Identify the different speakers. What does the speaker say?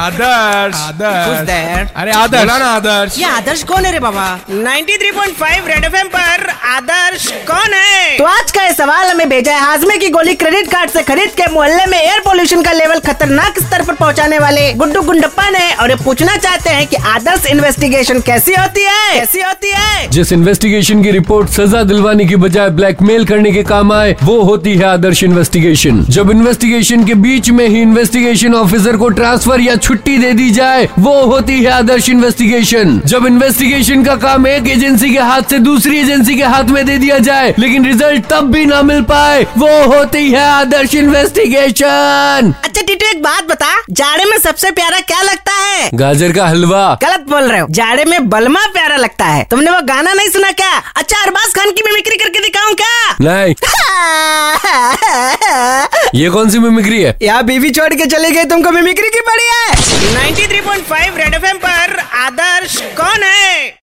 Speaker 1: Adarsh Adarsh
Speaker 2: Who's there?
Speaker 1: अरे आदर्श बोला ना आदर्श
Speaker 2: ये आदर्श कौन है रे बाबा
Speaker 3: 93.5 रेड एफएम पर आदर्श कौन है
Speaker 2: तो आज का ये सवाल हमें भेजा है हाजमे की गोली क्रेडिट कार्ड से खरीद के मोहल्ले में एयर पोल्यूशन का लेवल खतरनाक स्तर पर पहुंचाने वाले गुड्डू गुंडप्पा ने और ये पूछना चाहते हैं कि आदर्श इन्वेस्टिगेशन कैसी होती है कैसी होती है
Speaker 4: जिस इन्वेस्टिगेशन की रिपोर्ट सजा दिलवाने की बजाय ब्लैकमेल करने के काम आए वो होती है आदर्श इन्वेस्टिगेशन जब इन्वेस्टिगेशन के बीच में ही इन्वेस्टिगेशन ऑफिसर को ट्रांसफर या छुट्टी दे दी जाए वो होती है आदर्श इन्वेस्टिगेशन जब इन्वेस्टिगेशन का काम एक एजेंसी के हाथ से दूसरी एजेंसी के हाथ में दे दिया जाए लेकिन रिजल्ट तब भी ना मिल पाए वो होती है आदर्श इन्वेस्टिगेशन
Speaker 2: अच्छा टीटू एक बात बता जाड़े में सबसे प्यारा क्या लगता है
Speaker 4: गाजर का हलवा
Speaker 2: गलत बोल रहे हो जाड़े में बलमा प्यारा लगता है तुमने वो गाना नहीं सुना क्या अच्छा अरबाज खान की मिमिक्री करके दिखाऊं
Speaker 4: नहीं
Speaker 2: क्या
Speaker 4: ये कौन सी मिमिक्री है
Speaker 2: या बीवी छोड़ के चली गई तुमको मिमिक्री की पड़ी है
Speaker 3: 93.5 रेड एफएम पर